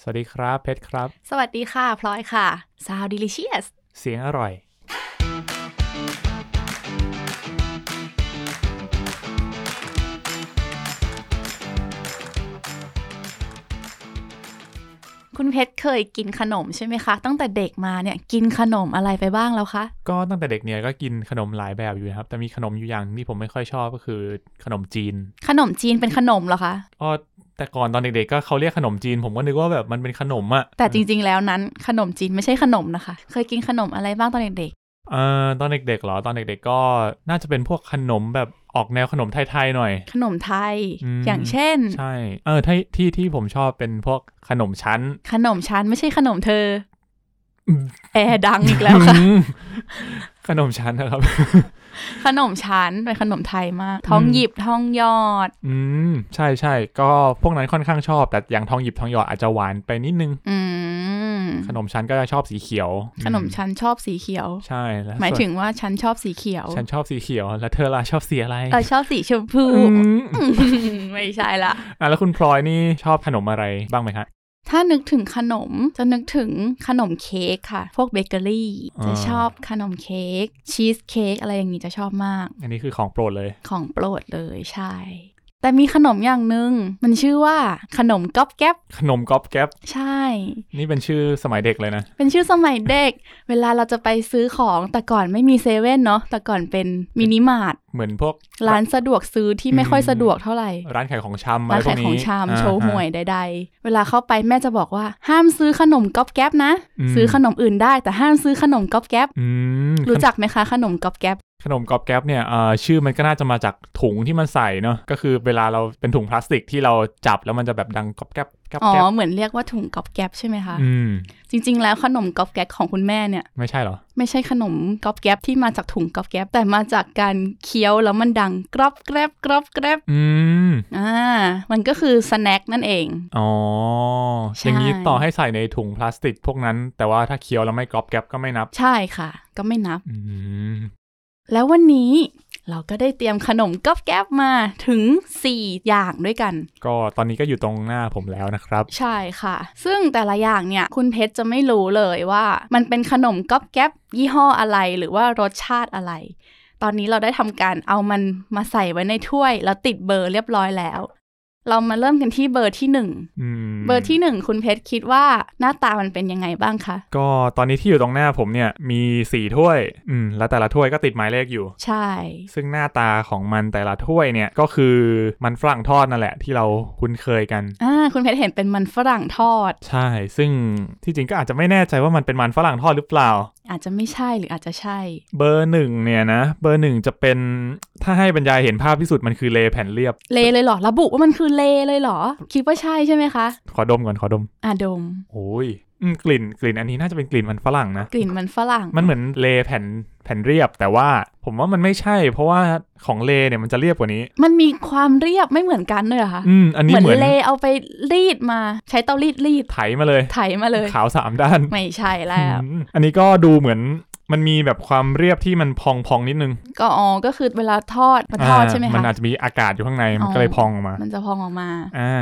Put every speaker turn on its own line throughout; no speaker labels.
สวัสดีครับเพชรครับ
สวัสดีค่ะ พลอยค่ะ s o u n d delicious
เสียงอร่อย
คุณเพชรเคยกินขนมใช่ไหมคะ ตั้งแต่เด็กมาเนี่ยกินขนมอะไรไปบ้างแล้วคะ
ก็ตั้งแต่เด็กเนี่ยก็กินขนมหลายแบบอยู่นะครับ แต่มีขนมอยู่อย่างที่ผมไม่ค่อยชอบก็คือขนมจีน
ขนมจีนเป็นขนมเหรอคะ
อ๋อแต่ก่อนตอนเด็กๆก็เขาเรียกขนมจีน ผมก็นึกว่าแบบมันเป็นขนมอะ
แต่จริงๆแล้วนั้นขนมจีนไม่ใช่ขนมนะคะ เคยกินขนมอะไรบ้างตอนเด็ก
เอ่อตอนเด็กๆเหรอตอนเด็กๆก็น่าจะเป็นพวกขนมแบบออกแนวขนมไทยๆหน่อย
ๆ ขนมไทย
อืม
อย่างเช่น
ใช่เออที่ที่ที่ผมชอบเป็นพวกขนมชั้น
ขนมชั้นไม่ใช่ขนมเธออ
ม
แอร์ดังอีกแล้ว ค่ะ
อืมขนมชั้นนะครับ
ขนมชั้นเป็นขนมไทยมาก ท้องหยิบท้องหยอด
อืมใช่ใช่ก็พวกนั้นค่อนข้างชอบ แต่อย่างทองหยิบทองหยอดอาจจะหวานไปนิดนึง
อืม
ขนมชั้นก็จะชอบสีเขียว
ขนม
อื
ชั้นชอบสีเขียว
ใช่แล้ว
หมาย
ส่วน
ถึงว่าชั้นชอบสีเขียว
ฉันชอบสีเขียวแล้วเธอล่ะชอบสีอะไร
เออชอบสีชมพู
อืม
ไม่ใช่ละ
อ่ะแล้วคุณพลอยนี่ชอบขนมอะไรบ้างไหมฮะ
ถ้านึกถึงขนมจะนึกถึงขนมเค้กค่ะ พวกเบเกอรี่
อ่า
จะชอบขนมเค้กชีสเค้กอะไรอย่างนี้จะชอบมาก
อันนี้คือของโปรดเลย
ของโปรดเลยใช่ แต่มีขนมอย่างหนึ่งมันชื่อว่าขนมก๊อบแก๊บ
ขนมก๊อบแก๊บ
ใช่
นี่เป็นชื่อสมัยเด็กเลยนะ
เป็นชื่อสมัยเด็ก เวลาเราจะไปซื้อของแต่ก่อนไม่มีเซเว่นเนาะแต่ก่อนเป็นมินิมาร์ท
เหมือนพวก
ร้านสะดวกซื้อที่ไม่ค่อย
อืม
สะดวกเท่าไหร่
ร้านขายของชำอะ
ร้าน
ไรพว
ขาก ย
นี้
ของชาม
อ่า
โชว์หวย
อ่า
ใดๆ เวลาเข้าไปแม่จะบอกว่าห้ามซื้อขนมก๊อบแก๊บนะ
อืม
ซื้อขนมอื่นได้แต่ห้ามซื้อขนมก๊อบแก๊บ
อืม
รู้จักไหมคะขนมก๊อบแก๊บ
ขนมก๊อบแก๊บเนี่ยเอ่อชื่อมันก็น่าจะมาจากถุงที่มันใส่เนาะก็คือเวลาเราเป็นถุงพลาสติกที่เราจับแล้วมันจะแบบดังก๊อบแก๊บก๊อบ
อ๋อ
แก๊บ
เหมือนเรียกว่าถุงก๊อบแก๊บใช่ไหมคะ
อืม
จริงๆ แล้วขนมก๊อบแก๊บของคุณแม่เนี่ย
ไม่ใช่เหรอ
ไม่ใช่ขนมก๊อบแก๊บที่มาจากถุงก๊อบแก๊บแต่มาจากการเคี้ยวแล้วมันดังกรอบแกรบกรอบแกรบ
อืม
อ่ามันก็คือสแน็คนั่นเอง
อ๋อ
ใช่
อย่างนี้ต่อให้ใส่ในถุงพลาสติกพวกนั้น แต่ว่าถ้าเคี้ยวแล้วไม่กรอบแกรบก็ไม่นับ
ใช่ค่ะ ก็ไม่นับ
อืม
แล้ววันนี้เราก็ได้เตรียมขนมก๊อบแก๊บมาถึง 4 อย่างด้วยกัน
ก็ตอนนี้ก็อยู่ตรงหน้าผมแล้วนะครับ
ใช่ค่ะ ซึ่งแต่ละอย่างเนี่ยคุณเพชรจะไม่รู้เลยว่า มันเป็นขนมก๊อบแก๊บยี่ห้ออะไรหรือว่ารสชาติอะไร ตอนนี้เราได้ทำการเอามันมาใส่ไว้ในถ้วย แล้วติดเบอร์เรียบร้อยแล้ว เรามาเริ่มกันที่เบอร์ที่หนึ่ง
อืม
เบอร์ที่หนึ่งคุณเพชรคิดว่าหน้าตามันเป็นยังไงบ้างคะ
ก็ตอนนี้ที่อยู่ตรงหน้าผมเนี่ยมีสี่ถ้วย อืม แล้วแต่ละถ้วยก็ติดหมายเลขอยู่
ใช่
ซึ่งหน้าตาของมันแต่ละถ้วยเนี่ยก็คือมันฝรั่งทอดนั่นแหละ ที่เราคุ้นเคยกัน
อ่าคุณเพชรเห็นเป็นมันฝรั่งทอด
ใช่ ซึ่งที่จริงก็อาจจะไม่แน่ใจว่ามันเป็นมันฝรั่งทอดหรือเปล่า
อาจจะไม่ใช่หรืออาจจะใช่
เบอร์หนึ่งเนี่ยนะ เบอร์หนึ่งจะเป็นถ้าให้บรรยายเห็นภาพที่สุดมันคือเลแผ่นเรียบ
เลเลยเหรอ ระบุว่ามันคือเลเลยเหรอ คิดว่าใช่ใช่ไหมคะ
ขอดมก่อนขอดม
อ่ะดม
โอ้ยอืมกลิ่นกลิ่นอันนี้น่าจะเป็นกลิ่นมันฝรั่งนะ
กลิ่นมันฝรั่ง
มันเหมือนเลแผ่นแผ่นเรียบ แต่ว่าผมว่ามันไม่ใช่ เพราะว่าของเลเนี่ยมันจะเรียบกว่านี้
มันมีความเรียบไม่เหมือนกันเลยเหรอคะ
อืม อันนี้
เห
เห
มือน
มือน
เลเอาไปรีดมาใช้เตารีดรีด
ไถมาเลย
ไถมาเลย
ขาวสามด้าน
ไม่ใช่แล้ว
อืมอันนี้ก็ดูเหมือนมันมีแบบความเรียบที่มันพองพองๆนิดนึง
ก็อ๋อก็คือเวลาทอดมันทอด
า
ใช่ไหม
มัน
คะ
อาจจะมีอากาศอยู่ข้างในมันก็เลย
อ๋อ
พองออกมา
มันจะพองออกมา
อ่า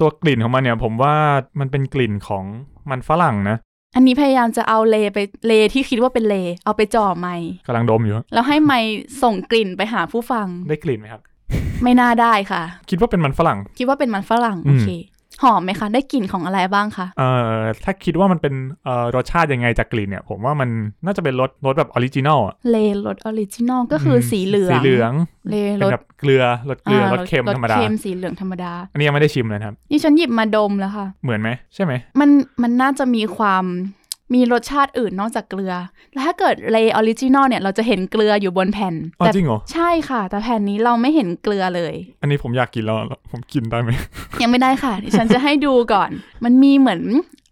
ตัวกลิ่นของมันเนี่ย ผมว่ามันเป็นกลิ่นของมันฝรั่งนะ
อันนี้พยายามจะเอาเลไปเลที่คิดว่าเป็นเล เอาไปจ่อไม้
กำลังดมอยู่
แล้วให้ไม้ส่งกลิ่นไปหาผู้ฟัง
ได้กลิ่นไหมครับ
ไม่น่าได้ค่ะ
คิดว่าเป็นมันฝรั่ง
คิดว่าเป็นมันฝรั่ง
อืม
โอเค หอมไหมคะ ได้กลิ่นของอะไรบ้างคะ
เอ่อถ้าคิดว่ามันเป็นเอ่อรสชาติยังไงจากกลิ่นเนี่ย ผมว่ามันน่าจะเป็นรสรสแบบออริจินอลอะ
เลรสออริจินอลก็คืออสีเหลือง
สีเหลือง
เล
เป็น
รส
แบบเกลือรสเกลือ
าร
สเค็มธรรมดาร
สเค็มสีเหลืองธรรมดา
อันนี้ยังไม่ได้ชิมเลยนะครับ
นี่ฉันหยิบมาดมแล้วค่ะ
เหมือนไหมใช่ไหม
มันมันน่าจะมีความมีรสชาติอื่นนอกจากเกลือ แล้วถ้าเกิดเลออริจินอลเนี่ยเราจะเห็นเกลืออยู่บนแผ่น
อ๋อ
แต่
จริงเหรอ
ใช่ค่ะ แต่แผ่นนี้เราไม่เห็นเกลือเลย
อันนี้ผมอยากกินแล้วแล้วผมกินได้ไหม
ยังไม่ได้ค่ะดิฉันจะให้ดูก่อน มันมีเหมือน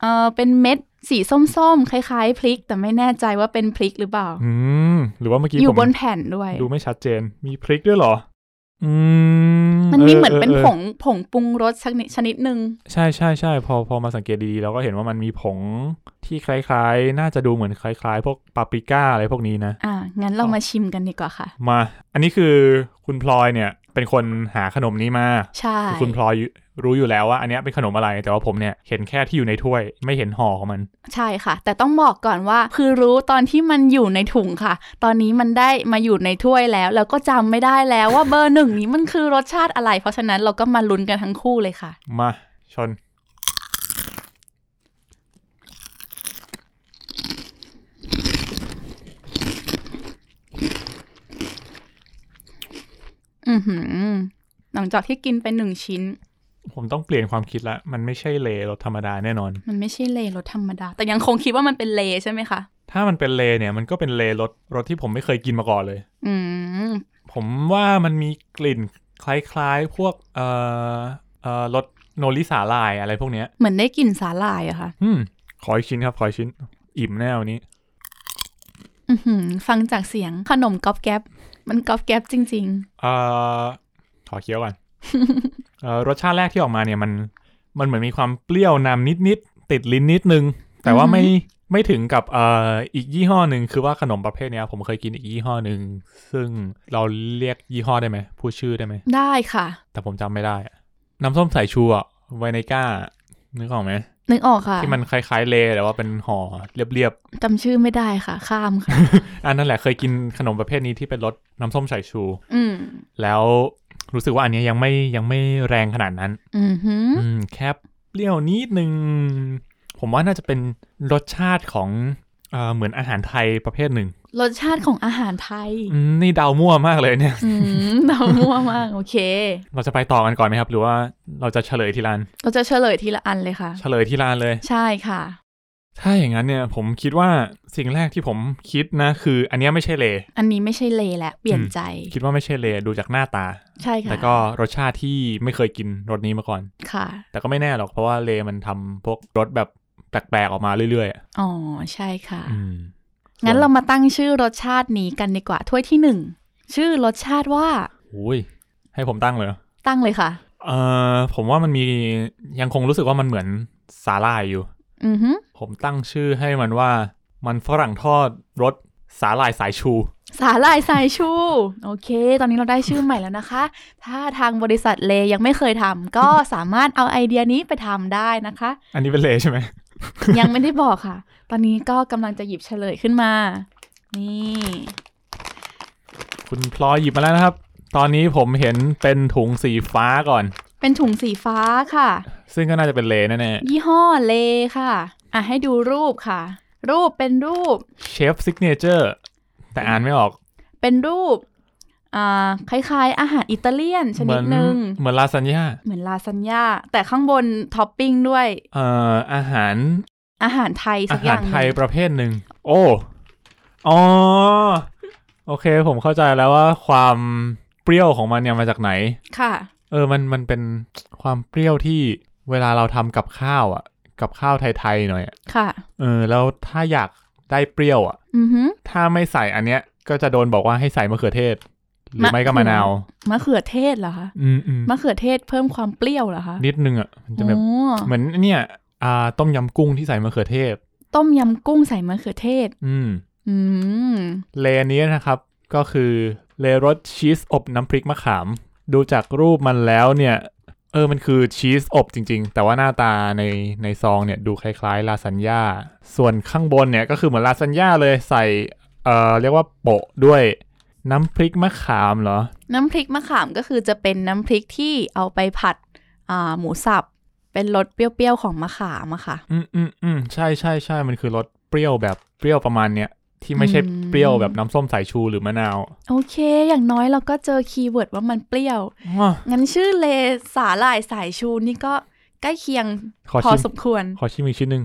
เออเป็นเม็ดสีส้มๆ คล้ายๆ พริก แต่ไม่แน่ใจว่าเป็นพริกหรือเปล่า
อืมหรือว่าเมื่อกี้
อยู่
ผม
บนแผ่นด้วย
ดูไม่ชัดเจนมีพริกด้วยเหรอ อืม
มันมีเหมือนเป็นผ
ง
งผงปรุงรสชนิดชนิดหนึ่ง
ใช่ใช่ใช่พอพอมาสังเกตดีๆเราก็เห็นว่ามันมีผงที่คล้ายๆ น่าจะดูเหมือนคล้ายๆ พวกปาปริก้าอะไรพวกนี้นะ
อ่ะงั้นเรามาชิมกันดีกว่าค่ะ
มา อันนี้คือคุณพลอยเนี่ย เป็นคนหาขนมนี้มา
ใช่
คือคุณพลอย รู้อยู่แล้วว่าอันเนี้ยเป็นขนมอะไร แต่ว่าผมเนี่ยเห็นแค่ที่อยู่ในถ้วยไม่เห็นห่อของมัน
ใช่ค่ะ แต่ต้องบอกก่อนว่าคือรู้ตอนที่มันอยู่ในถุงค่ะ ตอนนี้มันได้มาอยู่ในถ้วยแล้ว แล้วก็จำไม่ได้แล้วว่าเบอร์หนึ่งนี้มันคือรสชาติอะไร เพราะฉะนั้นเราก็มาลุ้นกันทั้งคู่เลยค่ะ
มาชน
อือหือหลังจากที่กินไปหนึ่งชิ้น
ผมต้องเปลี่ยนความคิดละ มันไม่ใช่เลรสธรรมดาแน่นอน
มันไม่ใช่เลรสธรรมดา แต่ยังคงคิดว่ามันเป็นเลใช่ไหมคะ
ถ้ามันเป็นเลเนี่ยมันก็เป็นเลรสรสที่ผมไม่เคยกินมาก่อนเลย
อืม
ผมว่ามันมีกลิ่นคล้ายๆ พวกเอ่อเอ่อรสโนริสาลายอะไรพวกเนี้ย
เหมือนได้กลิ่นสาหร่ายอะค่ะ
อืมขออีกชิ้นครับ ขออีกชิ้น อิ่มแน่วันนี้
อือหือ ฟังจากเสียงขนมก๊อบแก๊บ มันก๊อบแก๊บจริง
เอ่อขอเคี้ยวก่อน เอ่อรสชาติแรกที่ออกมาเนี่ยมันมันเหมือนมีความเปรี้ยวนำนิดนิดๆติดลิ้นนิดนึง แต่ว่า
อือฮึ
ไม่ไม่ถึงกับเอ่ออีกยี่ห้อหนึ่งคือว่าขนมประเภทเนี้ยผมเคยกินอีกยี่ห้อหนึ่งซึ่งเราเรียกยี่ห้อได้ไหมพูดชื่อได้ไหม
ๆ ได้ค่ะ
แต่ผมจำไม่ได้อะน้ำส้มสายชูอะไวเนก้านึกออกไหม
นึกออกค่ะ
ที่มันคล้ายๆเลแต่ว่าเป็นห่อเรียบ
จำชื่อไม่ได้ค่ะ ข้ามค่ะ
ๆอันนั่นแหละเคยกินขนมประเภทนี้ที่เป็นรสน้ำส้มสายชู
อืม
แล้วรู้สึกว่าอันเนี้ยยังไม่ยังไม่แรงขนาดนั้น
อือหือ
อืมแคบเปรี้ยวนิดนึง ผมว่าน่าจะเป็นรสชาติของเอ่อเหมือนอาหารไทยประเภทหนึ่ง
รสชาติของอาหารไทย
อืมนี่เดามั่วมากเลยเนี่ย
อืม เดามั่วมาก โอเค
เราจะไปต่อกันก่อนไหมครับ หรือว่าเราจะเฉลยทีละอัน
เราจะเฉลยทีละอันเลยค่ะ
เฉลยทีละอันเลย
ใช่ค่ะ
ถ้าอย่างนั้นเนี่ย ผมคิดว่าสิ่งแรกที่ผมคิดนะ คือ อันเนี้ยไม่ใช่เล
อันนี้ไม่ใช่เลแหละ เปลี่ยน
อืม
ใจ
คิดว่าไม่ใช่เลดูจากหน้าตา
ใช่ค่ะ
แต่ก็รสชาติที่ไม่เคยกินรสนี้มาก่อน
ค่ะ
แต่ก็ไม่แน่หรอกเพราะว่าเลมันทำพวกรสแบบแปลกๆออกมาเรื่อยๆอะ
อ๋อ ใช่ค่ะ
อืม
งั้นเรามาตั้งชื่อรสชาตินี้กันดีกว่า ถ้วยที่หนึ่ง ชื่อรสชาติว่า
อุ้ยให้ผมตั้งเลยเหรอ
ตั้งเลยค่ะ
เอ่อผมว่ามันมียังคงรู้สึกว่ามันเหมือนสาลายอยู่
อือหือ
ผมตั้งชื่อให้มันว่ามันฝรั่งทอดรสสาลายสายชู
สาหร่ายสายชู โอเค ตอนนี้เราได้ชื่อใหม่แล้วนะคะ ถ้าทางบริษัทเลยังไม่เคยทำ ก็สามารถเอาไอเดียนี้ไปทำได้นะคะ
อันนี้เป็นเลใช่ไหม
ยังไม่ได้บอกค่ะ ตอนนี้ก็กำลังจะหยิบเฉลยขึ้นมา นี่
คุณพลอยหยิบมาแล้วนะครับ ตอนนี้ผมเห็นเป็นถุงสีฟ้าก่อน
เป็นถุงสีฟ้าค่ะ
ซึ่งก็น่าจะเป็นเลแน่
ยี่ห้อเลค่ะ อ่ะให้ดูรูปค่ะ รูปเป็นรูป
ๆเชฟซิกเนเจอร์แต่อ่านไม่ออก
เป็นรูป อ่า คล้ายๆ อาหารอิตาเลียนช
เห
นิ
มื
ด
น
หนึ่ง
เหมือนลาซานญ่า
เหมือนลาซานญ่า แต่ข้างบนท็อปปิ้งด้วย
เอ่ออาหาร
อาหารไทยสั
อากหา
อ
ร
ย่างหนึ่ง
ไทยประเภทหนึ่งโอ้อ๋อโอเค ผมเข้าใจแล้วว่าความเปรี้ยวของมันเนี่ยมาจากไหน
ค่ะ
เออ มัน มันเป็นความเปรี้ยวที่เวลาเราทำกับข้าวอ่ะ กับข้าวไทยๆหน่อยอะ
ค่ะ
เออ แล้วถ้าอยากได้เปรี้ยวอ่ะ
อือฮึ
ถ้าไม่ใส่อันเนี้ย ก็จะโดนบอกว่าให้ใส่มะเขือเทศ หรือไม่ก็มะนาว
มะเขือเทศเหรอคะ
อืมอืม
มะเขือเทศเพิ่มความเปรี้ยวเหรอคะ
นิดนึงอ่ะ มันจะแบบ
โอ้
เหมือนเนี่ย อ่า ต้มยำกุ้งที่ใส่มะเขือเทศ
ต้มยำกุ้งใส่มะเขือเทศ
อืม
อืม
เลอันนี้นะครับ ก็คือเลรสชีสอบน้ำพริกมะขาม ดูจากรูปมันแล้วเนี่ย เออ มันคือชีสอบจริง ๆ แต่ว่าหน้าตาในในซองเนี่ยดูคล้ายๆลาซานญ่า ส่วนข้างบนเนี่ยก็คือเหมือนลาซานญ่าเลยใส่ เอ่อ เรียกว่าโปะด้วยน้ำพริกมะขามเหรอ
น้ำพริกมะขามก็คือจะเป็นน้ำพริกที่เอาไปผัด อ่า หมูสับ เป็นรสเปรี้ยวๆของมะขามอะค่ะ
อืมอืมอืมใช่ใช่ใช่มันคือรสเปรี้ยวแบบเปรี้ยวประมาณเนี่ยที่ไม่ใช่
อืม
เปรี้ยวแบบน้ำส้มสายชูหรือมะนาว
โอเค อย่างน้อยเราก็เจอคีย์เวิร์ดว่ามันเปรี้ยว
อ้อ
งั้นชื่อเลสาหร่ายสายชูนี่ก็ใกล้เคียง
ขอ
พอ
ชิม
สมควร
ขอชิมอีกชิ้นหนึ่ง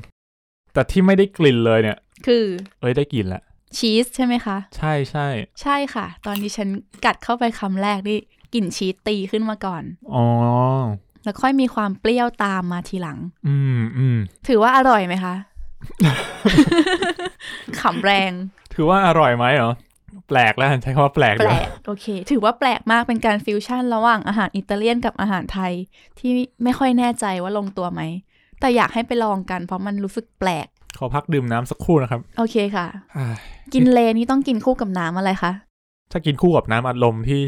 แต่ที่ไม่ได้กลิ่นเลยเนี่ย
คือ
เอ้ยได้กลิ่นละ
ชีสใช่ไหมคะ
ใช่ใช่
ใช่ค่ะ ตอนนี้ฉันกัดเข้าไปคำแรกนี่กลิ่นชีสตีขึ้นมาก่อน
อ๋อ
แล้วค่อยมีความเปรี้ยวตามมาทีหลัง
อืมอืม
ถือว่าอร่อยไหม คะ ขำแรง
ถือว่าอร่อยไหมเหรอ แปลกแล้วกันใช้คำว่าแปลก
แปล
เลย
ก โอเค ถือว่าแปลกมากเป็นการฟิวชั่นระหว่างอาหารอิตาเลียนกับอาหารไทย ที่ไม่ค่อยแน่ใจว่าลงตัวไหม แต่อยากให้ไปลองกันเพราะมันรู้สึกแปลก
ขอพักดื่มน้ำสักครู่นะครับ
โอเคค่ะ
อ่า
กินเลนี่ต้องกินคู่กับน้ำอะไรคะ
ถ้ากินคู่กับน้ำอัดลมที่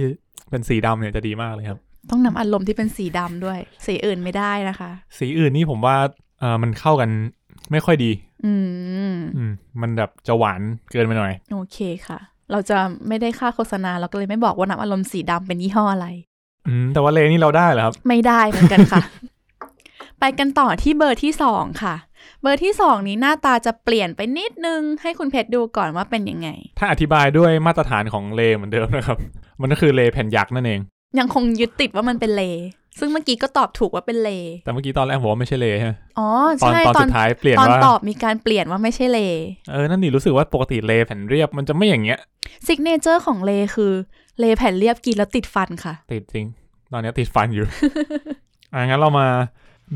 เป็นสีดำเนี่ยจะดีมากเลยครับ
ต้องนำอัดลมที่เป็นสีดำด้วย สีอื่นไม่ได้นะคะ
สีอื่นนี่ผมว่าเออมันเข้ากันไม่ค่อยดี
อืม
อืม มันแบบจะหวานเกินไปหน่อย
โอเคค่ะ เราจะไม่ได้ค่าโฆษณา เราก็เลยไม่บอกว่าน้ำอารมณ์สีดำเป็นยี่ห้ออะไร
อืม แต่ว่าเลนี่เราได้เหรอครับ
ไม่ได้เหมือนกันค่ะ ไปกันต่อที่เบอร์ที่สองค่ะ เบอร์ที่สองนี้หน้าตาจะเปลี่ยนไปนิดนึง ให้คุณเพชรดูก่อนว่าเป็นยังไง
ถ้าอธิบายด้วยมาตรฐานของเลเหมือนเดิมนะครับ มันก็คือเลแผ่นยักษ์นั่นเอง
ยังคงยึดติดว่ามันเป็นเล ซึ่งเมื่อกี้ก็ตอบถูกว่าเป็นเล
แต่เมื่อกี้ตอนแรกผมว่าไม่ใช่เลใช่ไหม
อ๋อ
ตอน
ใช่
ตอน
ตอ
สุ
น
ดท้ายเปลี่ยน
ตอน
ว่า
ตอบมีการเปลี่ยนว่าไม่ใช่เล
เออนั่นนี่รู้สึกว่าปกติเลแผ่นเรียบมันจะไม่อย่างเงี้ย
s ิกเนเจอร์ของเลคือเลแผ่นเรียบกินแล้วติดฟันค่ะ
ติดจริง ตอนเนี้ยติดฟันอยู่ อ่ะงั้นเรามา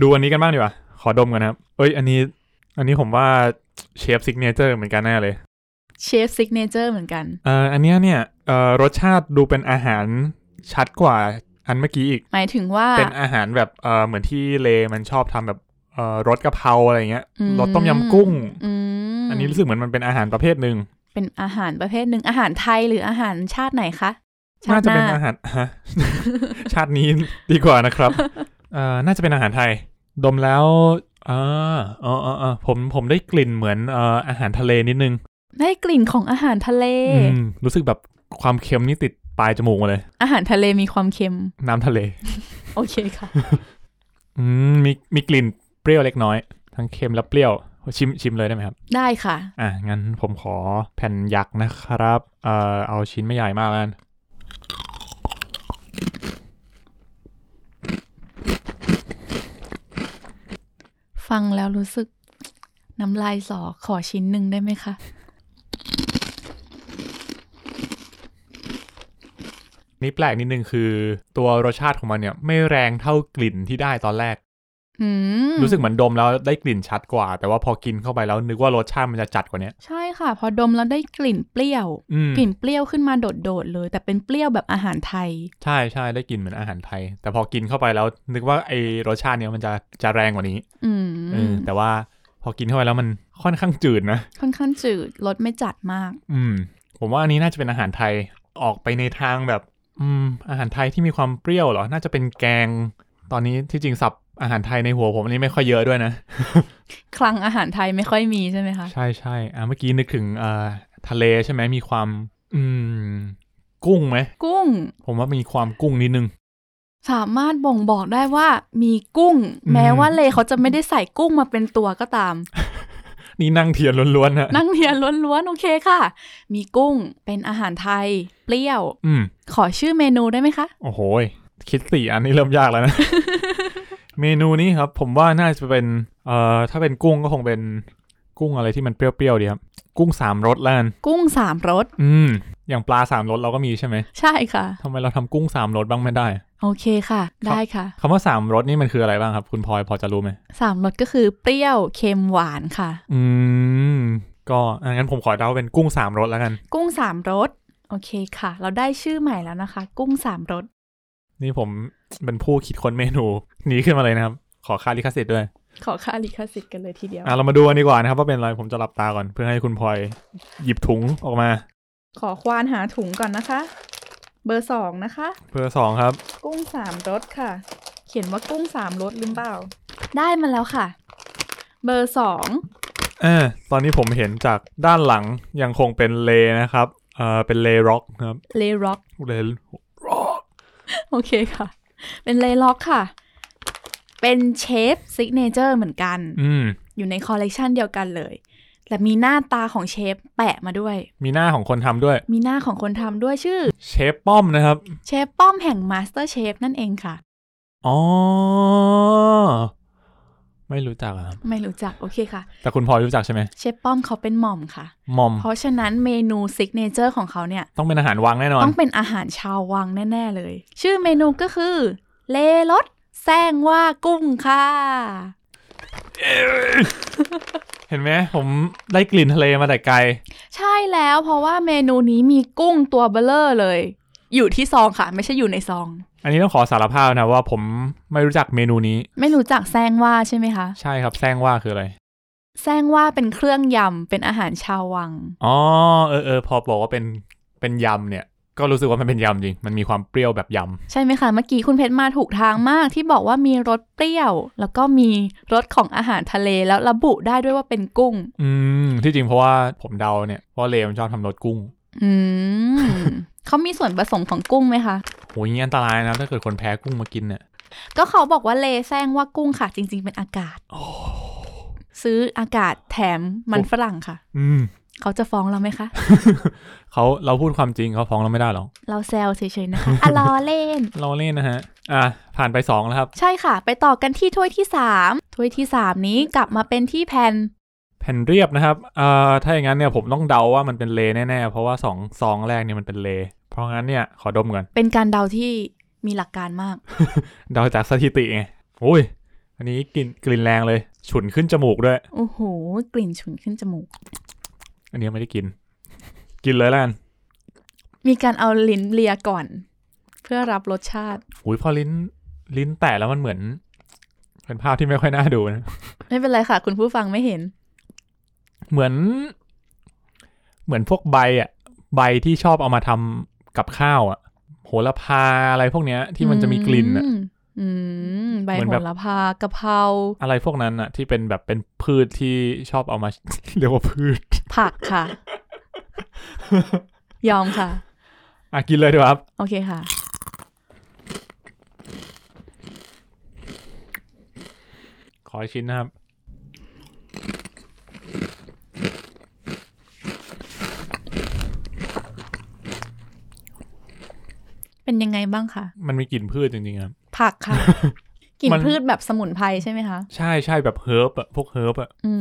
ดูอันนี้กันบ้างดีกว่า ขอดมกันนะครับ เอ้ย อันนี้ อันนี้ผมว่าเชฟซิกเนเจอร์เหมือนกันแน่เลย
เชฟ s ิกเนเจอร์เหมือนกัน
เอ่ออันเนี้ยเนี่ยเอ่อรสชาติดูเป็นอาหารชัดกว่าอันเมื่อกี้อีก
หมายถึงว่า
เป็นอาหารแบบเอ่อเหมือนที่เลมันชอบทำแบบเอ่อรสกะเพราอะไรเงี้ย
อืม
รสต้มยำกุ้ง
อืม
อันนี้รู้สึกเหมือนมันเป็นอาหารประเภทหนึ่ง
เป็นอาหารประเภทหนึ่งอาหารไทยหรืออาหารชาติไหนคะ ชา
น่า
ติ
จะ
ห
เป็น
น้า
อาหารฮะ ชาตินี้ดีกว่านะครับเอ่อน่าจะเป็นอาหารไทย ดมแล้วอ่าอ๋ออ๋ออ๋อผมผมได้กลิ่นเหมือนเอ่ออาหารทะเลนิดนึง
ได้กลิ่นของอาหารทะเล
อืมรู้สึกแบบความเค็มนี่ติดปลายจมูกมาเลย
อาหารทะเลมีความเค็ม
น้ำทะเล
โอเคค่ะ
อืมมีมีกลิ่นเปรี้ยวเล็กน้อย ทั้งเค็มและเปรี้ยว ชิมชิมเลยได้ไหมครับ
ได้ค่ะ
อ่ะ งั้นผมขอแผ่นยักษ์นะครับ เอ่อเอาชิ้นไม่ใหญ่มากแล้วกัน
ฟังแล้วรู้สึก น้ำลายสอขอชิ้นหนึ่งได้ไหมคะ
นี่แปลกนิดนึงคือ ตัวรสชาติของมันเนี่ย ไม่แรงเท่ากลิ่นที่ได้ตอนแรก
อืม
รู้สึกเหมือนดมแล้วได้กลิ่นชัดกว่า แต่ว่าพอกินเข้าไปแล้วนึกว่ารสชาติมันจะจัดกว่าเนี้ย
ใช่ค่ะ พอดมแล้วได้กลิ่นเปรี้ยว
อืม
กลิ่นเปรี้ยวขึ้นมาโดดๆเลย แต่เป็นเปรี้ยวแบบอาหารไทย
ใช่ใช่ได้กลิ่นเหมือนอาหารไทย แต่พอกินเข้าไปแล้ว นึกว่าไอรสชาติเนี้ยมันจะจะแรงกว่านี้
อื
เออ
ม
แต่ว่าพอกินเข้าไปแล้วมันค่อนข้างจืดนะ
ค่อนข้างจืดรสไม่จัดมาก
อืม ผมว่าอันนี้น่าจะเป็นอาหารไทยออกไปในทางแบบ อืม อาหารไทยที่มีความเปรี้ยวเหรอ น่าจะเป็นแกง ตอนนี้ที่จริงสับอาหารไทยในหัวผมอันนี้ไม่ค่อยเยอะด้วยนะ
คลังอาหารไทยไม่ค่อยมีใช่ไหมคะ
ใช่ใช่อ่ะเมื่อกี้นึกถึงเอ่อทะเลใช่ไหมมีความ อืม กุ้งไหม
กุ้ง
ผมว่ามีความกุ้งนิดนึง
สามารถบ่งบอกได้ว่ามีกุ้ง
อืม
แม้ว่าเลเขาจะไม่ได้ใส่กุ้งมาเป็นตัวก็ตาม
นี่นั่งเทียนล้วนๆนะ
นั่งเรียนล้วนๆ โอเคค่ะ มีกุ้งเป็นอาหารไทย เปรี้ยว
อืม
ขอชื่อเมนูได้ไหมคะ
โอ้โหยคิดสี่อันนี้เริ่มยาก แล้วนะ เมนูนี้ครับ ผมว่าน่าจะเป็นเอ่อถ้าเป็นกุ้งก็คงเป็นกุ้งอะไรที่มันเปรี้ยวๆดีครับกุ้งสามรสแล้วกัน
กุ้งสามรส
อืม อย่างปลาสามรสเราก็มีใช่ไหม
ใช่ค่ะ
ทำไมเราทำกุ้งสามรสบ้างไม่ได้
โอเคค่ะ ได้ค่ะ
คำว่าสามรสนี่มันคืออะไรบ้างครับ คุณพลอยพอจะรู้ไหม
สามรสก็คือเปรี้ยวเค็มหวานค่ะ
อืม ก็อ่ะงั้นผมขอเดาเป็นกุ้งสามรสแล้วกัน
กุ้งสามรสโอเคค่ะ เราได้ชื่อใหม่แล้วนะคะ กุ้งสามรส
นี่ผมเป็นผู้คิดค้นเมนูนี้ขึ้นมาเลยนะครับ ขอค่าลิขสิทธิ์ด้วย
ขอค่าลิขสิทธิ์กันเลยทีเดียว
อ่ะเรามาดูกันดีกว่านะครับ ว่าเป็นอะไรผมจะหลับตาก่อน เพื่อให้คุณพลอยหยิบถุงออกมา
ขอควานหาถุงก่อนนะคะ เบอร์สองนะคะ
เบอร์สองครับ
กุ้งสามรสค่ะ เขียนว่ากุ้งสามรสหรือเปล่า ได้มาแล้วค่ะ เบอร์สอง
อ่าตอนนี้ผมเห็นจากด้านหลังยังคงเป็นเลนะครับเอ่อเป็นเลร็อกครับ
เลร็อก
เลร็อก
โอเคค่ะ เป็นเลร็อกค่ะ เป็นเชฟซิกเนเจอร์เหมือนกัน
อืม
อยู่ในคอลเลกชันเดียวกันเลย แต่มีหน้าตาของเชฟแปะมาด้วย
มีหน้าของคนทำด้วย
มีหน้าของคนทำด้วยชื่อ
เชฟป้อมนะครับ
เชฟป้อมแห่ง Master Chef นั่นเองค่ะ
อ๋อ ไม่รู้จักอะครับ
ไม่รู้จัก โอเคค่ะ
แต่คุณพลอยรู้จักใช่ไหม
เชฟป้อมเขาเป็นหม่อมค่ะ
มอม
เพราะฉะนั้นเมนูซิกเนเจอร์ของเขาเนี่ย
ต้องเป็นอาหารวังแน่นอน
ต้องเป็นอาหารชาววังแน่ ๆ เลย ชื่อเมนูก็คือ เลรสแซงว่ากุ้งค่ะ
เห็นไหมผมได้กลิ่นทะเลมาแต่ไกล
ใช่แล้วเพราะว่าเมนูนี้มีกุ้งตัวเบลเลอร์เลย อยู่ที่ซองค่ะ ไม่ใช่อยู่ในซอง
อันนี้ต้องขอสารภาพนะว่าผมไม่รู้จักเมนูนี้
ไม่รู้จักแซงว่าใช่ไหมคะ
ใช่ครับแซงว่าคืออะไร
แซงว่าเป็นเครื่องยำเป็นอาหารชาววัง
อ๋อ เออเออพอบอกว่าเป็นเป็นยำเนี่ย ก็รู้สึกว่ามันเป็นยำจริง มันมีความเปรี้ยวแบบย
ใช่ไหมคะ เมื่อกี้คุณเพชรมาถูกทางมากที่บอกว่ามีรสเปรี้ยว แล้วก็มีรสของอาหารทะเลแล้วระบุได้ด้วยว่าเป็นกุ้ง
ำอืมที่จริงเพราะว่าผมเดาเนี่ยเพราะเลมันชอบทำรสกุ้ง
อืม เขามีส่วนผสมของกุ้งไหมคะ
โหอยางงี้อันตรายนะถ้าเกิดคนแพ้กุ้งมากินเนี่ย
ก็เขาบอกว่าเลแซงว่ากุ้งค่ะ จริง ๆ เป็นอากาศ ซื้ออากาศแถมมันฝรั่งค่ะ
อืม
เขาจะฟ้องเราไหมคะ
เขาเราพูดความจริงเขาฟ้องเราไม่ได้หรอก
เราแซวเฉยๆนะคะ อะล้อเล่น
เราเล่นนะฮะ อ่ะผ่านไปสองแล้วครับ
ใช่ค่ะ ไปต่อกันที่ถ้วยที่สามถ้วยที่สามนี้กลับมาเป็นที่แผ่น
แผ่นเรียบนะครับเอ่อถ้าอย่างนั้นเนี่ยผมต้องเดาว่ามันเป็นเลแน่ๆ เพราะว่าสองซองแรกเนี่ยมันเป็นเล เพราะงั้นเนี่ยขอดมก่อน
เป็นการเดาที่มีหลักการมาก
เดาจากสถิติไงโอ้ย อันนี้กลิ่นกลิ่นแรงเลย ฉุนขึ้นจมูกด้วย
โอ้โห กลิ่นฉุนขึ้นจมูก
อันนี้ไม่ได้กิน กินเลยแล้วกัน
มีการเอาลิ้นเลียก่อน เพื่อรับรสชาติ
อุ้ยพอลิ้นลิ้นแตะแล้วมันเหมือน เป็นภาพที่ไม่ค่อยน่าดูนะ
ไม่เป็นไรค่ะ คุณผู้ฟังไม่เห็น
เหมือน เหมือนพวกใบอ่ะ ใบที่ชอบเอามาทำกับข้าวอ่ะ โหระพาอะไรพวกเนี้ย ที่มันจะมีกลิ่นอ่ะ
มอืมใบ
เหมือ
โห
นแบบ
ระพากะเพรา
อะไรพวกนั้นอ่ะ ที่เป็นแบบเป็นพืชที่ชอบเอามา เรียกว่าพืช
ผัก ค่ะ ยอมค่ะ
อ่ะกินเลยดีกว่าครับ
โอเคค่ะ
ขออีกชิ้นนะครับ
เป็นยังไงบ้างคะ
มันมีกลิ่นพืชจริงๆครับ
ผัก ค่ะ กลิ่น
มัน
พืชแบบสมุนไพรใช่ไหมคะ
ใช่ใช่แบบเฮิร์บอ่ะพวกเฮิร์บอ่ะ
อื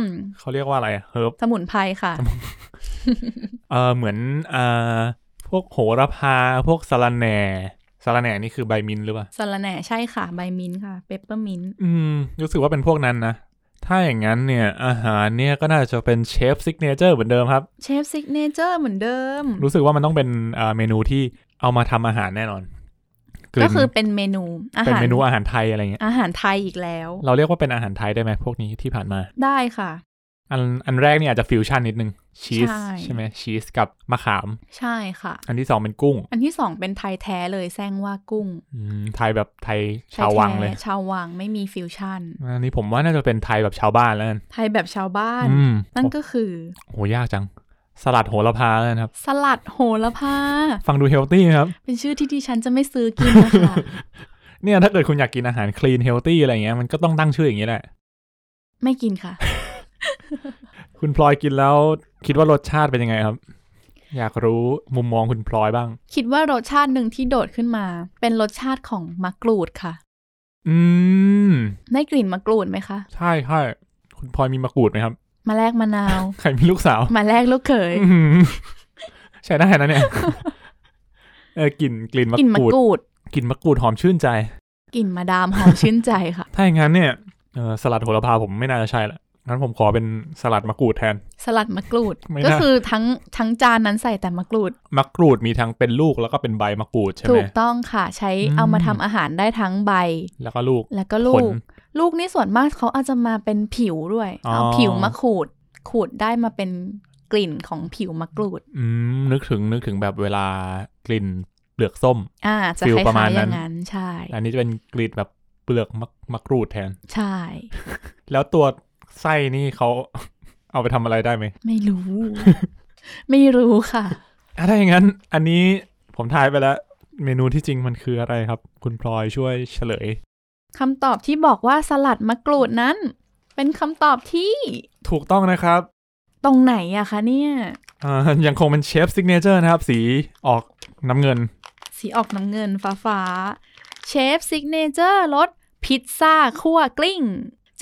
ม
เขาเรียกว่าอะไรอะเฮิร์บ
สมุนไพรค่ะ
เออเหมือนเอ่อพวกโหระพา พวกสะระแหน่สะระแหน่นี่คือใบมินท์หรือเปล่า
สะระแหน่ใช่ค่ะ ใบมิ้นท์ค่ะ เปปเปอร์มิ้นท์
อืม รู้สึกว่าเป็นพวกนั้นนะ ถ้าอย่างนั้นเนี่ย อาหารเนี่ยก็น่าจะเป็นเชฟซิกเนเจอร์เหมือนเดิมครับ
เชฟซิกเนเจอร์เหมือนเดิม
รู้สึกว่ามันต้องเป็นเอ่อเมนูที่เอามาทำอาหารแน่นอนลิ่น
ก็คือเป็นเมนูอา
เป็น
หาร
เมนูอาหารไทยอะไรเงี้ย
อาหารไทยอีกแล้ว
เราเรียกว่าเป็นอาหารไทยได้ไหมพวกนี้ที่ผ่านมา
ได้ค่ะ
อันอันแรกเนี่ยอาจจะฟิวชั่นนิดนึงชีส
ใช่
ใช่ไหมชีสกับมะขาม
ใช่ค่ะ
อันที่สองเป็นกุ้ง
อันที่สองเป็นไทยแท้เลยแซงว่ากุ้ง
อืมไทยแบบไทยชาววังเลย
ไทแท้ชาววังไม่มีฟิวชั่น
อันนี้ผมว่าน่าจะเป็นไทยแบบชาวบ้านแล้วกัน
ไทยแบบชาวบ้าน
อืม
นั่นก็คือ
โหยากจัง สลัดโหระพาแล้วกันะครับ
สลัดโหระพา
ฟังดูเฮลตี้ครับ
เป็นชื่อที่ดิฉันจะไม่ซื้อกิน นะคะ
เนี่ยถ้าเกิดคุณอยากกินอาหารคลีนเฮลตี้อะไรเงี้ยมันก็ต้องตั้งชื่ออย่างนี้แหละ
ไม่กินค่ะ
คุณพลอยกินแล้วคิดว่ารสชาติเป็นยังไงครับ อยากรู้มุมมองคุณพลอยบ้าง
คิดว่ารสชาติหนึ่งที่โดดขึ้นมา เป็นรสชาติของมะกรูดค่ะ
อืม
ได้กลิ่นมะกรูดไหมคะ
ใช่ใช่คุณพลอยมีมะกรูดไหมครับ
มาแลกมะนาว
ใครมีลูกสาว
มาแลกลูกเขย
อื้อหือใช่ได้นะเนี่ย เออกลิ่นกลิ่นมะ
กลิ่นมะ
กรูด
กรูด
กลิ่นมะกรูดหอมชื่นใจ
กลิ่นมาดามหอมชื่นใจค่ะ
ถ้าอย่างนั้นเนี่ยเอ่อสลัดโหระพาผมไม่น่าจะใช่ละงั้นผมขอเป็นสลัดมะกรูดแทน
สลัดมะกรูด
ไม่
ก็
น่า
คือทั้งทั้งจานนั้นใส่แต่มะกรูด
มะกรูดมีทั้งเป็นลูกแล้วก็เป็นใบมะกรูดใช่ไห
ถู
ม
กต้องค่ะ ใช้
อืม
เอามาทำอาหารได้ทั้งใบ
แล้วก็ลูก
แล้วก็ลู
ผ
ก
ล
ลูกนี่ส่วนมากเขาอาจจะมาเป็นผิวด้วย
อ๋อ
เอาผิวมาขูด ขูดได้มาเป็นกลิ่นของผิวมะกรูด
อืมนึกถึงนึกถึงแบบเวลากลิ่นเปลือกส้ม
อ่า จะ
ฟิล
คล้
ประมาณ
ายๆอ
นั้
ย่าน งนั้นใช่
อันนี้จะเป็นกลิ่นแบบเปลือกมะมะกรูดแทน
ใช่
แล้วตัวไส้นี่เขา เอาไปทำอะไรได้ไหม
ไม่รู้ ไม่รู้ค่ะ
อ่ะถ้าอย่างนั้น อันนี้ผมทายไปแล้ว เมนูที่จริงมันคืออะไรครับ คุณพลอยช่วยเฉลย
คำตอบที่บอกว่าสลัดมะกรูดนั้น เป็นคำตอบที่
ถูกต้องนะครับ
ตรงไหนอะคะเนี่ย
อ่ายังคงเป็นเชฟซิกเนเจอร์นะครับ สีออกน้ำเงิน
สีออกน้ำเงินฟ้าฟ้าเชฟซิกเนเจอร์รสพิซซ่าคั่วกลิ้ง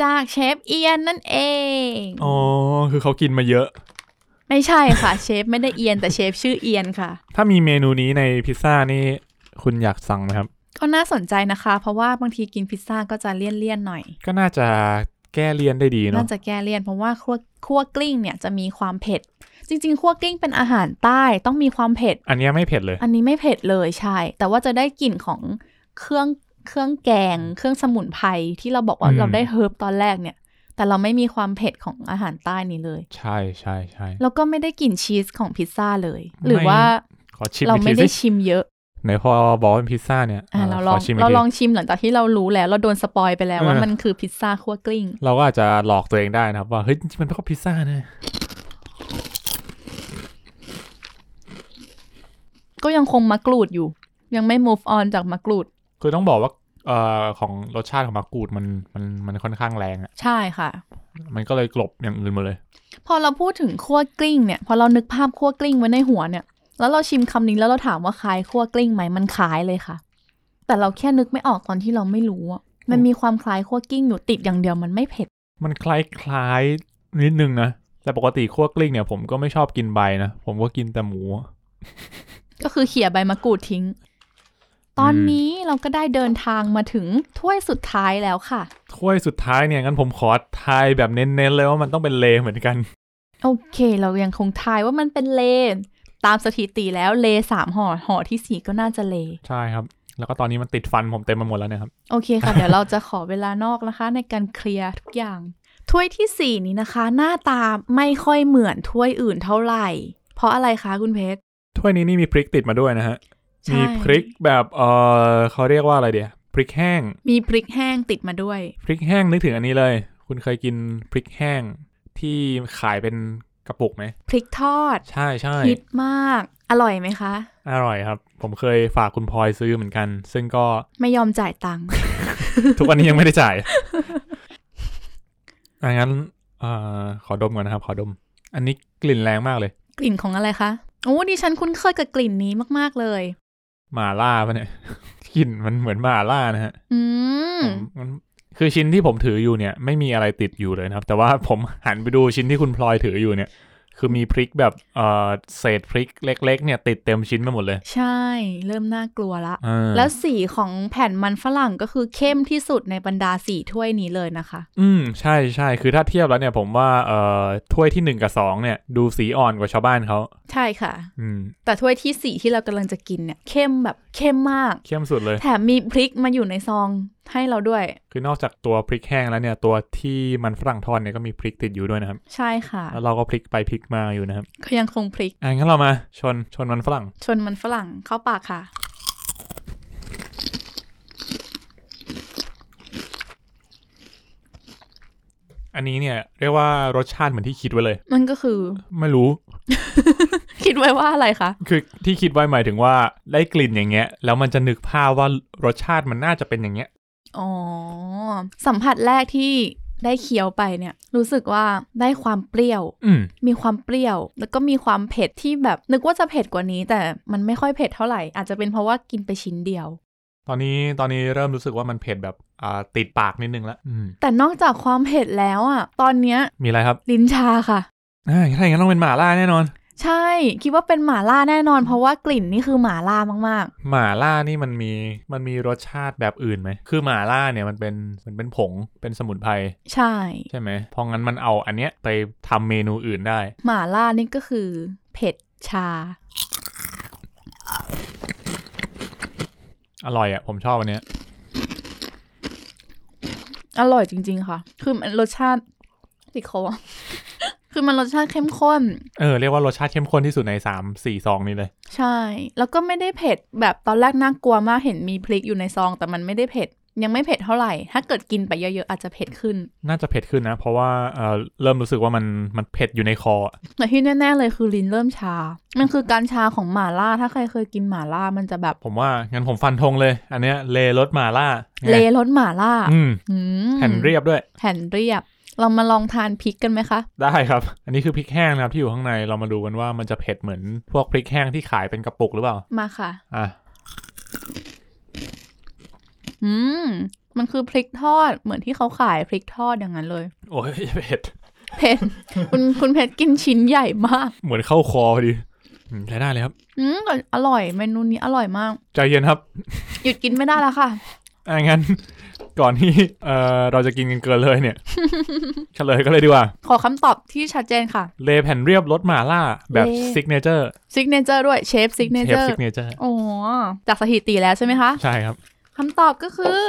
จากเชฟเอียนนั่นเอง
อ๋อ คือเขากินมาเยอะ
ไม่ใช่ค่ะ เชฟไม่ได้เอียนแต่เชฟชื่อเอียนค่ะ
ถ้ามีเมนูนี้ในพิซซ่านี่ คุณอยากสั่งไหมครับ
ก็น่าสนใจนะคะ เพราะว่าบางทีกินพิซซ่าก็จะเลี่ยนๆหน่อย
ก็น่าจะแก้เลี่ยนได้ดี
น่า
เนาะ
จะแก้เลี่ยนเพราะว่าคั่วคั่วกลิ้งเนี่ยจะมีความเผ็ด จริงๆคั่วกลิ้งเป็นอาหารใต้ต้องมีความเผ็ด
อันเนี้ยไม่เผ็ดเลย
อันนี้ไม่เผ็ดเลยใช่ แต่ว่าจะได้กลิ่นของเครื่องเครื่องแกง เครื่องสมุนไพรที่เราบอกว่า
อืม
เราได้เฮิร์บตอนแรกเนี่ย แต่เราไม่มีความเผ็ดของอาหารใต้นี้เลย
ใช่ใช่ใช่
แล้วก็ไม่ได้กลิ่นชีสของพิซซ่าเลย หรือว่า
ขอชิม
เรา
อีก
ไม่
ที
ได้
สิ
ชิมเยอะ
ไหนพอบอกว่าเป็นพิซซ่าเนี่ย
อ่ะ
อ่าข
เราลอ
อง ชิมอี
เรา
กที
ลองชิมหลังจากที่เรารู้แล้ว เราโดนสปอยไปแล้วว่า
เออ
มันคือพิซซ่าคั่วกลิ้ง
เราก็อาจจะหลอกตัวเองได้นะครับ ว่าเฮ้ยจริงๆมันไม่ใช่พิซซ่านะ
ก็ยังคงมะกรูดอยู่ ยังไม่ move on จากมะกรูด
คือต้องบอกว่าเอ่อของรสชาติของมะกรูดมันมันมันค่อนข้างแรงอะ
ใช่ค่ะ
มันก็เลยกลบอย่างอื่นหมดเลย
พอเราพูดถึงคั่วกลิ้งเนี่ย พอเรานึกภาพคั่วกลิ้งไว้ในหัวเนี่ย แล้วเราชิมคำนี้แล้วเราถามว่าคล้ายคั่วกลิ้งไหมมันคล้ายเลยค่ะ แต่เราแค่นึกไม่ออกตอนที่เราไม่รู้อะมันมีความคล้ายคั่วกลิ้งอยู่ติดอย่างเดียวมันไม่เผ็ด
มันคล้ายคล้ายๆนิดนึงนะแต่ปกติคั่วกลิ้งเนี่ยผมก็ไม่ชอบกินใบนะ ผมก็กินแต่หมู
ก็คือเขี่ยใบมะกรูดทิ้ง ตอนนี้เราก็ได้เดินทางมาถึงถ้วยสุดท้ายแล้วค่ะ
ถ้วยสุดท้ายเนี่ยงั้นผมขอทายแบบเน้นๆเลยว่ามันต้องเป็นเลเหมือนกัน
โอเค เรายังคงทายว่ามันเป็นเลน ตามสถิติแล้วเลสามห่อห่อที่สี่ก็น่าจะเล
ใช่ครับ แล้วก็ตอนนี้มันติดฟันผมเต็มไปหมดแล้วเนี่ยครับ
โอเคค่ะ เดี๋ยวเราจะขอเวลานอกนะคะ ในการเคลียร์ทุกอย่าง ถ้วยที่สี่นี้นะคะ หน้าตาไม่ค่อยเหมือนถ้วยอื่นเท่าไหร่ เพราะอะไรคะคุณเพชร
ถ้วยนี้นี่มีพริกติดมาด้วยนะฮะ
ใช่
มีพริกแบบเออเขาเรียกว่าอะไรเดียวพริกแห้ง
มีพริกแห้งติดมาด้วย
พริกแห้งนึกถึงอันนี้เลย คุณเคยกินพริกแห้งที่ขายเป็นกระปุกไหม
พริกทอด
ใช่ใช่
ฮิตมาก อร่อยไหมคะ
อร่อยครับ ผมเคยฝากคุณพลอยซื้อเหมือนกัน ซึ่งก็
ไม่ยอมจ่ายตังค์
ทุกวันนี้ยังไม่ได้จ่าย อ่ะงั้นเอ่อขอดมก่อนนะครับ ขอดม อันนี้กลิ่นแรงมากเลย
กลิ่นของอะไรคะโอ้ดิฉันคุ้นเคยกับกลิ่นนี้มากๆเลย
หมาล่าปะเนี่ย กลิ่นมันเหมือนหมาล่านะฮะ
อืม
ผมมันคือชิ้นที่ผมถืออยู่เนี่ย ไม่มีอะไรติดอยู่เลยนะครับ แต่ว่าผมหันไปดูชิ้นที่คุณพลอยถืออยู่เนี่ย คือมีพริกแบบเอ่อเศษพริกเล็ก ๆ เนี่ย ติดเต็มชิ้นไปหมดเลย
ใช่ เริ่มน่ากลัวละ
อ่า
แล้วสีของแผ่นมันฝรั่งก็คือเข้มที่สุดในบรรดาสีถ้วยนี้เลยนะคะ
อืมใช่ใช่คือถ้าเทียบแล้วเนี่ย ผมว่าเอ่อถ้วยที่หนึ่งกับสองเนี่ย ดูสีอ่อนกว่าชาวบ้านเขา
ใช่ค่ะ
อืม
แต่ถ้วยที่สี่ที่เรากำลังจะกินเนี่ย เข้มแบบเข้มมาก
เข้มสุดเลย
แถมมีพริกมาอยู่ในซองให้เราด้วย
คือนอกจากตัวพริกแห้งแล้วเนี่ย ตัวที่มันฝรั่งทอดเนี่ยก็มีพริกติดอยู่ด้วยนะครับ
ใช่ค่ะ
แล้วเราก็พลิกไปพลิกมาอยู่นะครับ
ก็ยังคงพริก
อ่ะงั้นเรามาชนชนมันฝรั่ง
ชนมันฝรั่งเข้าปากค่ะ
อันนี้เนี่ยเรียกว่ารสชาติเหมือนที่คิดไว้เลย
มันก็คือ
ไม่รู้
คิดไว้ว่าอะไรคะ
คือที่คิดไว้หมายถึงว่าได้กลิ่นอย่างเงี้ย แล้วมันจะนึกภาพว่ารสชาติมันน่าจะเป็นอย่างเงี้ย
อ๋อ สัมผัสแรกที่ได้เคี้ยวไปเนี่ย รู้สึกว่าได้ความเปรี้ยว
อืม
มีความเปรี้ยว แล้วก็มีความเผ็ดที่แบบ นึกว่าจะเผ็ดกว่านี้ แต่มันไม่ค่อยเผ็ดเท่าไหร่ อาจจะเป็นเพราะว่ากินไปชิ้นเดียว
ตอนนี้ตอนนี้เริ่มรู้สึกว่ามันเผ็ดแบบอ่าติดปากนิดนึงละอืม
แต่นอกจากความเผ็ดแล้วอ่ะ ตอนเนี้ย
มีอะไรครับ
ลิ้นชาค่ะ
อ่าถ้าอย่างนั้นต้องเป็นหม่าล่าแน่นอน
ใช่ คิดว่าเป็นหมาล่าแน่นอน เพราะว่ากลิ่นนี่คือหมาล่ามาก
หม่าล่านี่มันมีมันมีรสชาติแบบอื่นไหมคือหม่าล่าเนี่ยมันเป็นมันเป็นผงเป็นสมุนไพร
ๆ ใช่
ใช่ไหมเพราะงั้นมันเอาอันเนี้ยไปทำเมนูอื่นได้
หมาล่านี่ก็คือ เผ็ดชา
อร่อยอ่ะ ผมชอบอันเนี้ย
อร่อยจริง ๆ ค่ะ คือมันรสชาติ ติดคอวะ คือมันรสชาติเข้มข้น
เออ เรียกว่ารสชาติเข้มข้นที่สุดใน 3 4ซองนี้เลย
ใช่ แล้วก็ไม่ได้เผ็ดแบบตอนแรกน่ากลัวมากเห็นมีพริกอยู่ในซอง แต่มันไม่ได้เผ็ด ยังไม่เผ็ดเท่าไหร่ ถ้าเกิดกินไปเยอะๆอาจจะเผ็ดขึ้น
น่าจะเผ็ดขึ้นนะ เพราะว่าเออเริ่มรู้สึกว่ามันมันเผ็ดอยู่ในคออะ
แต่ที่แน่ๆเลยคือลิ้นเริ่มชา มันคือการชาของหมาล่า ถ้าใครเคยกินหมาล่ามันจะแบบ
ผมว่างั้นผมฟันธงเลย อันเนี้ยเลรสหมาล่าไง
เลรสหมาล่า
อืม
อืม
แผ่นเรียบด้วย
แผ่นเรียบ เรามาลองทานพริกกันไหมคะ
ได้ครับ อันนี้คือพริกแห้งนะครับที่อยู่ข้างในเรามาดูกันว่ามันจะเผ็ดเหมือนพวกพริกแห้งที่ขายเป็นกระปุกหรือเปล่า
มาค่ะ
อ่ะ
อืม มันคือพริกทอดเหมือนที่เขาขายพริกทอดอย่างนั้นเลย
โอ้ยเผ็ด
เพชร คุณคุณเพชรกินชิ้นใหญ่มาก
เหมือนเข้าคอพอดีอืมใช้ได้เลยครับ
อืมแต่อร่อยเมนูนี้อร่อยมาก
ใจเย็นครับ
หยุดกินไม่ได้แล้วค่ะ
อ่ะงั้น ก่อนที่เออเราจะกินกันเกินเลย เนี่ย เฉลยก็เลยดีกว่า
ขอคำตอบที่ชัดเจนค่ะ
เลแผ่นเรียบรสหมาล่า แบบ
เล
ซิกเนเจอร์
ซิกเนเจอร์ด้วยเชฟซิกเน
เช
เจ
ฟ
อร์
ซิกเนเจอร์
โอ้จากสถิติแล้วใช่ไหมคะ
ใช่ครับ
คำตอบก็คือ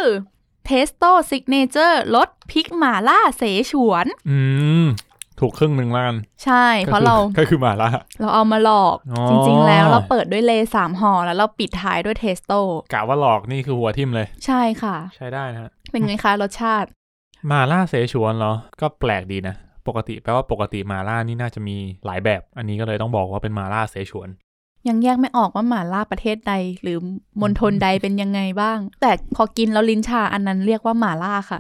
เพสโต้ซิกเนเจอร์รสพริกหม่าล่าเสฉวน
อืม ถูกครึ่งหนึ่งแล้วกัน
ใช่ เพราะเรา
ก็คือก็ คือหมาล่า
เราเอามาหลอก
อ๋อ
จริง ๆ แล้วเราเปิดด้วยเลย์สามห่อแล้วเราปิดท้ายด้วยเทสโต
กะว่าหลอกนี่คือหัวทิ่มเลย
ใช่ค่ะ
ใช้ได้นะฮะ
เป็นไงคะรสชาติ
หมาล่าเสฉวนเหรอ ก็แปลกดีนะ ปกติแปลว่าปกติหมาล่านี่น่าจะมีหลายแบบ อันนี้ก็เลยต้องบอกว่าเป็นหมาล่าเสฉวน
ยังแยกไม่ออกว่าหม่าล่าประเทศใด หรือมณฑลใดเป็นยังไงบ้าง แต่พอกินแล้วลิ้นชาอันนั้นเรียกว่าหม่าล่าค่ะ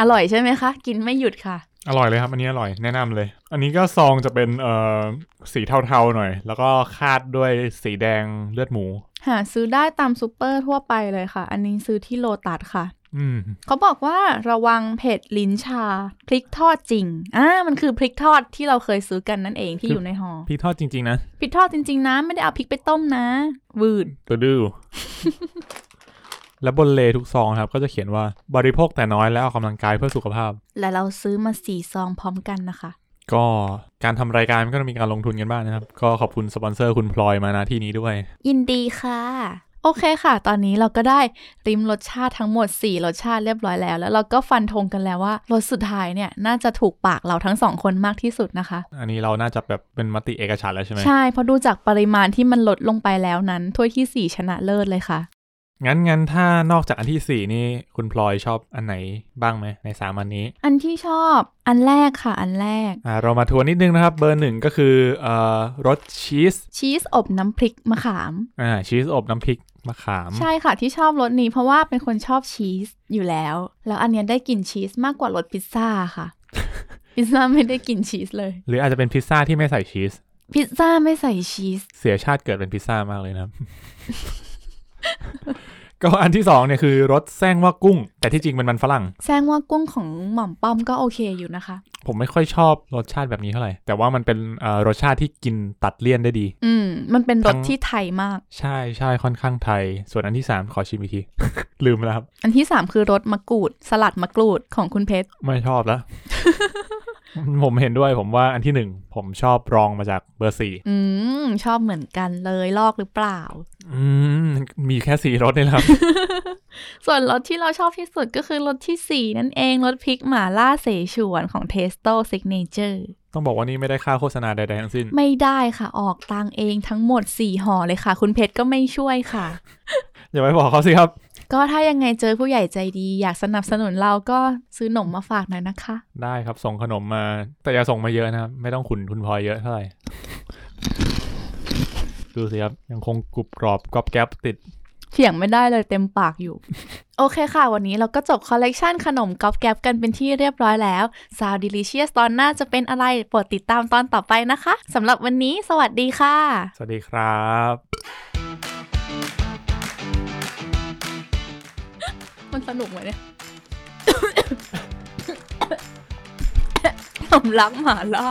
อร่อยใช่ไหมคะ กินไม่หยุดค่ะ
อร่อยเลยครับ อันนี้อร่อยแนะนำเลย อันนี้ก็ซองจะเป็นเอ่อสีเทาๆหน่อย แล้วก็คาดด้วยสีแดงเลือดหมู
หาซื้อได้ตามซูเปอร์ทั่วไปเลยค่ะ อันนี้ซื้อที่โลตัสค่ะ
อืม
เขาบอกว่าระวังเผ็ดลิ้นชา พริกทอดจริงอ่ามันคือพริกทอดที่เราเคยซื้อกันนั่นเองที่
คือ
อ
อ
ยู่ในหอ
พริกทอดจริง ๆ นะ
พริกทอดจริง ๆนะไม่ได้เอาพริกไปต้มนะ วืด
ตัวดื้อ และบนเลทุกซองนะครับ ก็จะเขียนว่าบริโภคแต่น้อยและออกกำลังกายเพื่อสุขภาพ
และเราซื้อมาสี่ซองพร้อมกันนะคะ
ก็การทำรายการมันก็ต้องมีการลงทุนกันบ้างนะครับ ก็ขอบคุณสปอนเซอร์คุณพลอยมานะที่นี้ด้วย
ยินดีค่ะ โอเคค่ะ ตอนนี้เราก็ได้ริมรสชาติทั้งหมด 4 รสชาติเรียบร้อยแล้ว แล้วเราก็ฟันธงกันแล้วว่ารสสุดท้ายเนี่ยน่าจะถูกปากเราทั้งสองคนมากที่สุดนะคะ
อันนี้เราน่าจะแบบเป็นมติเอกฉันท์แล้วใช่ไหม
ใช่เพราะดูจากปริมาณที่มันลดลงไปแล้วนั้น ถ้วยทีสี่ 4 ชนะเลิศเลยค่ะ
งั้นงั้นถ้านอกจากอันที่สี่นี่คุณพลอยชอบอันไหนบ้างไหมในสามอันนี้
อันที่ชอบอันแรกค่ะ อันแรก
อ่าเรามาทวนนิดนึงนะครับ เบอร์หนึ่งก็คือเอ่อรสชีส
ชีสอบน้ำพริกมะขาม
อ่าชีสอบน้ำพริกมะขาม
ใช่ค่ะที่ชอบรสนี้เพราะว่าเป็นคนชอบชีสอยู่แล้ว แล้วอันเนี้ยได้กลิ่นชีสมากกว่ารสพิซซ่าค่ะ พิซซ่าไม่ได้กลิ่นชีสเลย
หรืออาจจะเป็นพิซซ่าที่ไม่ใส่ชีส
พิซซ่าไม่ใส่ชีส
เสียชาติเกิดเป็นพิซซ่ามากเลยนะครับ ก็อันที่สองเนี่ยคือรสแซงว่ากุ้ง แต่ที่จริงเป็นมันฝรั่ง
แซงว่ากุ้งของหม่อมป้อมก็โอเคอยู่นะคะ
ผมไม่ค่อยชอบรสชาติแบบนี้เท่าไหร่ แต่ว่ามันเป็นเอ่อรสชาติที่กินตัดเลี่ยนได้ดี
อืม มันเป็นรส
ทั้ง
ที่ไทยมาก
ใช่ใช่ค่อนข้างไทย ส่วนอันที่สามขอชิมอีกที ลืมแล้วครับ
อันที่ 3 คือรสมะกรูด สลัดมะกรูดของคุณเพชร
ไม่ชอบแล้ว ผมเห็นด้วยผมว่าอันที่หนึ่งผมชอบรองมาจากเบอร์สี่
อืม ชอบเหมือนกันเลยลอกหรือเปล่า
อืมมีแค่สีรสเนี่ยแหละครับ
ส่วนรสที่เราชอบที่สุดก็คือรสทีสี่ 4 นั่นเองรสพริกหม่าล่าเสฉวนของ Testo Signature
ต้องบอกว่านี่ไม่ได้ค่าโฆษณาใดๆทั้งสิ้น
ไม่ได้ค่ะออกตังเองทั้งหมด 4ห่อเลยค่ะ คุณเพชรก็ไม่ช่วยค่ะ
อย่าไปบอกเขาสิครับ
ก็ถ้ายังไงเจอผู้ใหญ่ใจดี อยากสนับสนุนเราก็ซื้อหนมมาฝากหน่อยนะคะ
ได้ครับส่งขนมมา แต่อย่าส่งมาเยอะนะครับ ไม่ต้องขุนทุนพลอยเยอะเท่า ไหร่ ดูสิครับ ยังคงกรุบกรอบกรอบแก๊บติด
เถียงไม่ได้เลยเต็มปาก อยู่ โอเคค่ะ วันนี้เราก็จบคอลเลกชันขนมก๊อบแก๊บกันเป็นที่เรียบร้อยแล้ว s o u n d Delicious ตอนหน้าจะเป็นอะไรโปรดติดตามตอนต่อไปนะคะสำหรับวันนี้สวัสดีค่ะ
สวัสดีครับ
มันสนุกไหม เนี่ย ผมรักหมาล่า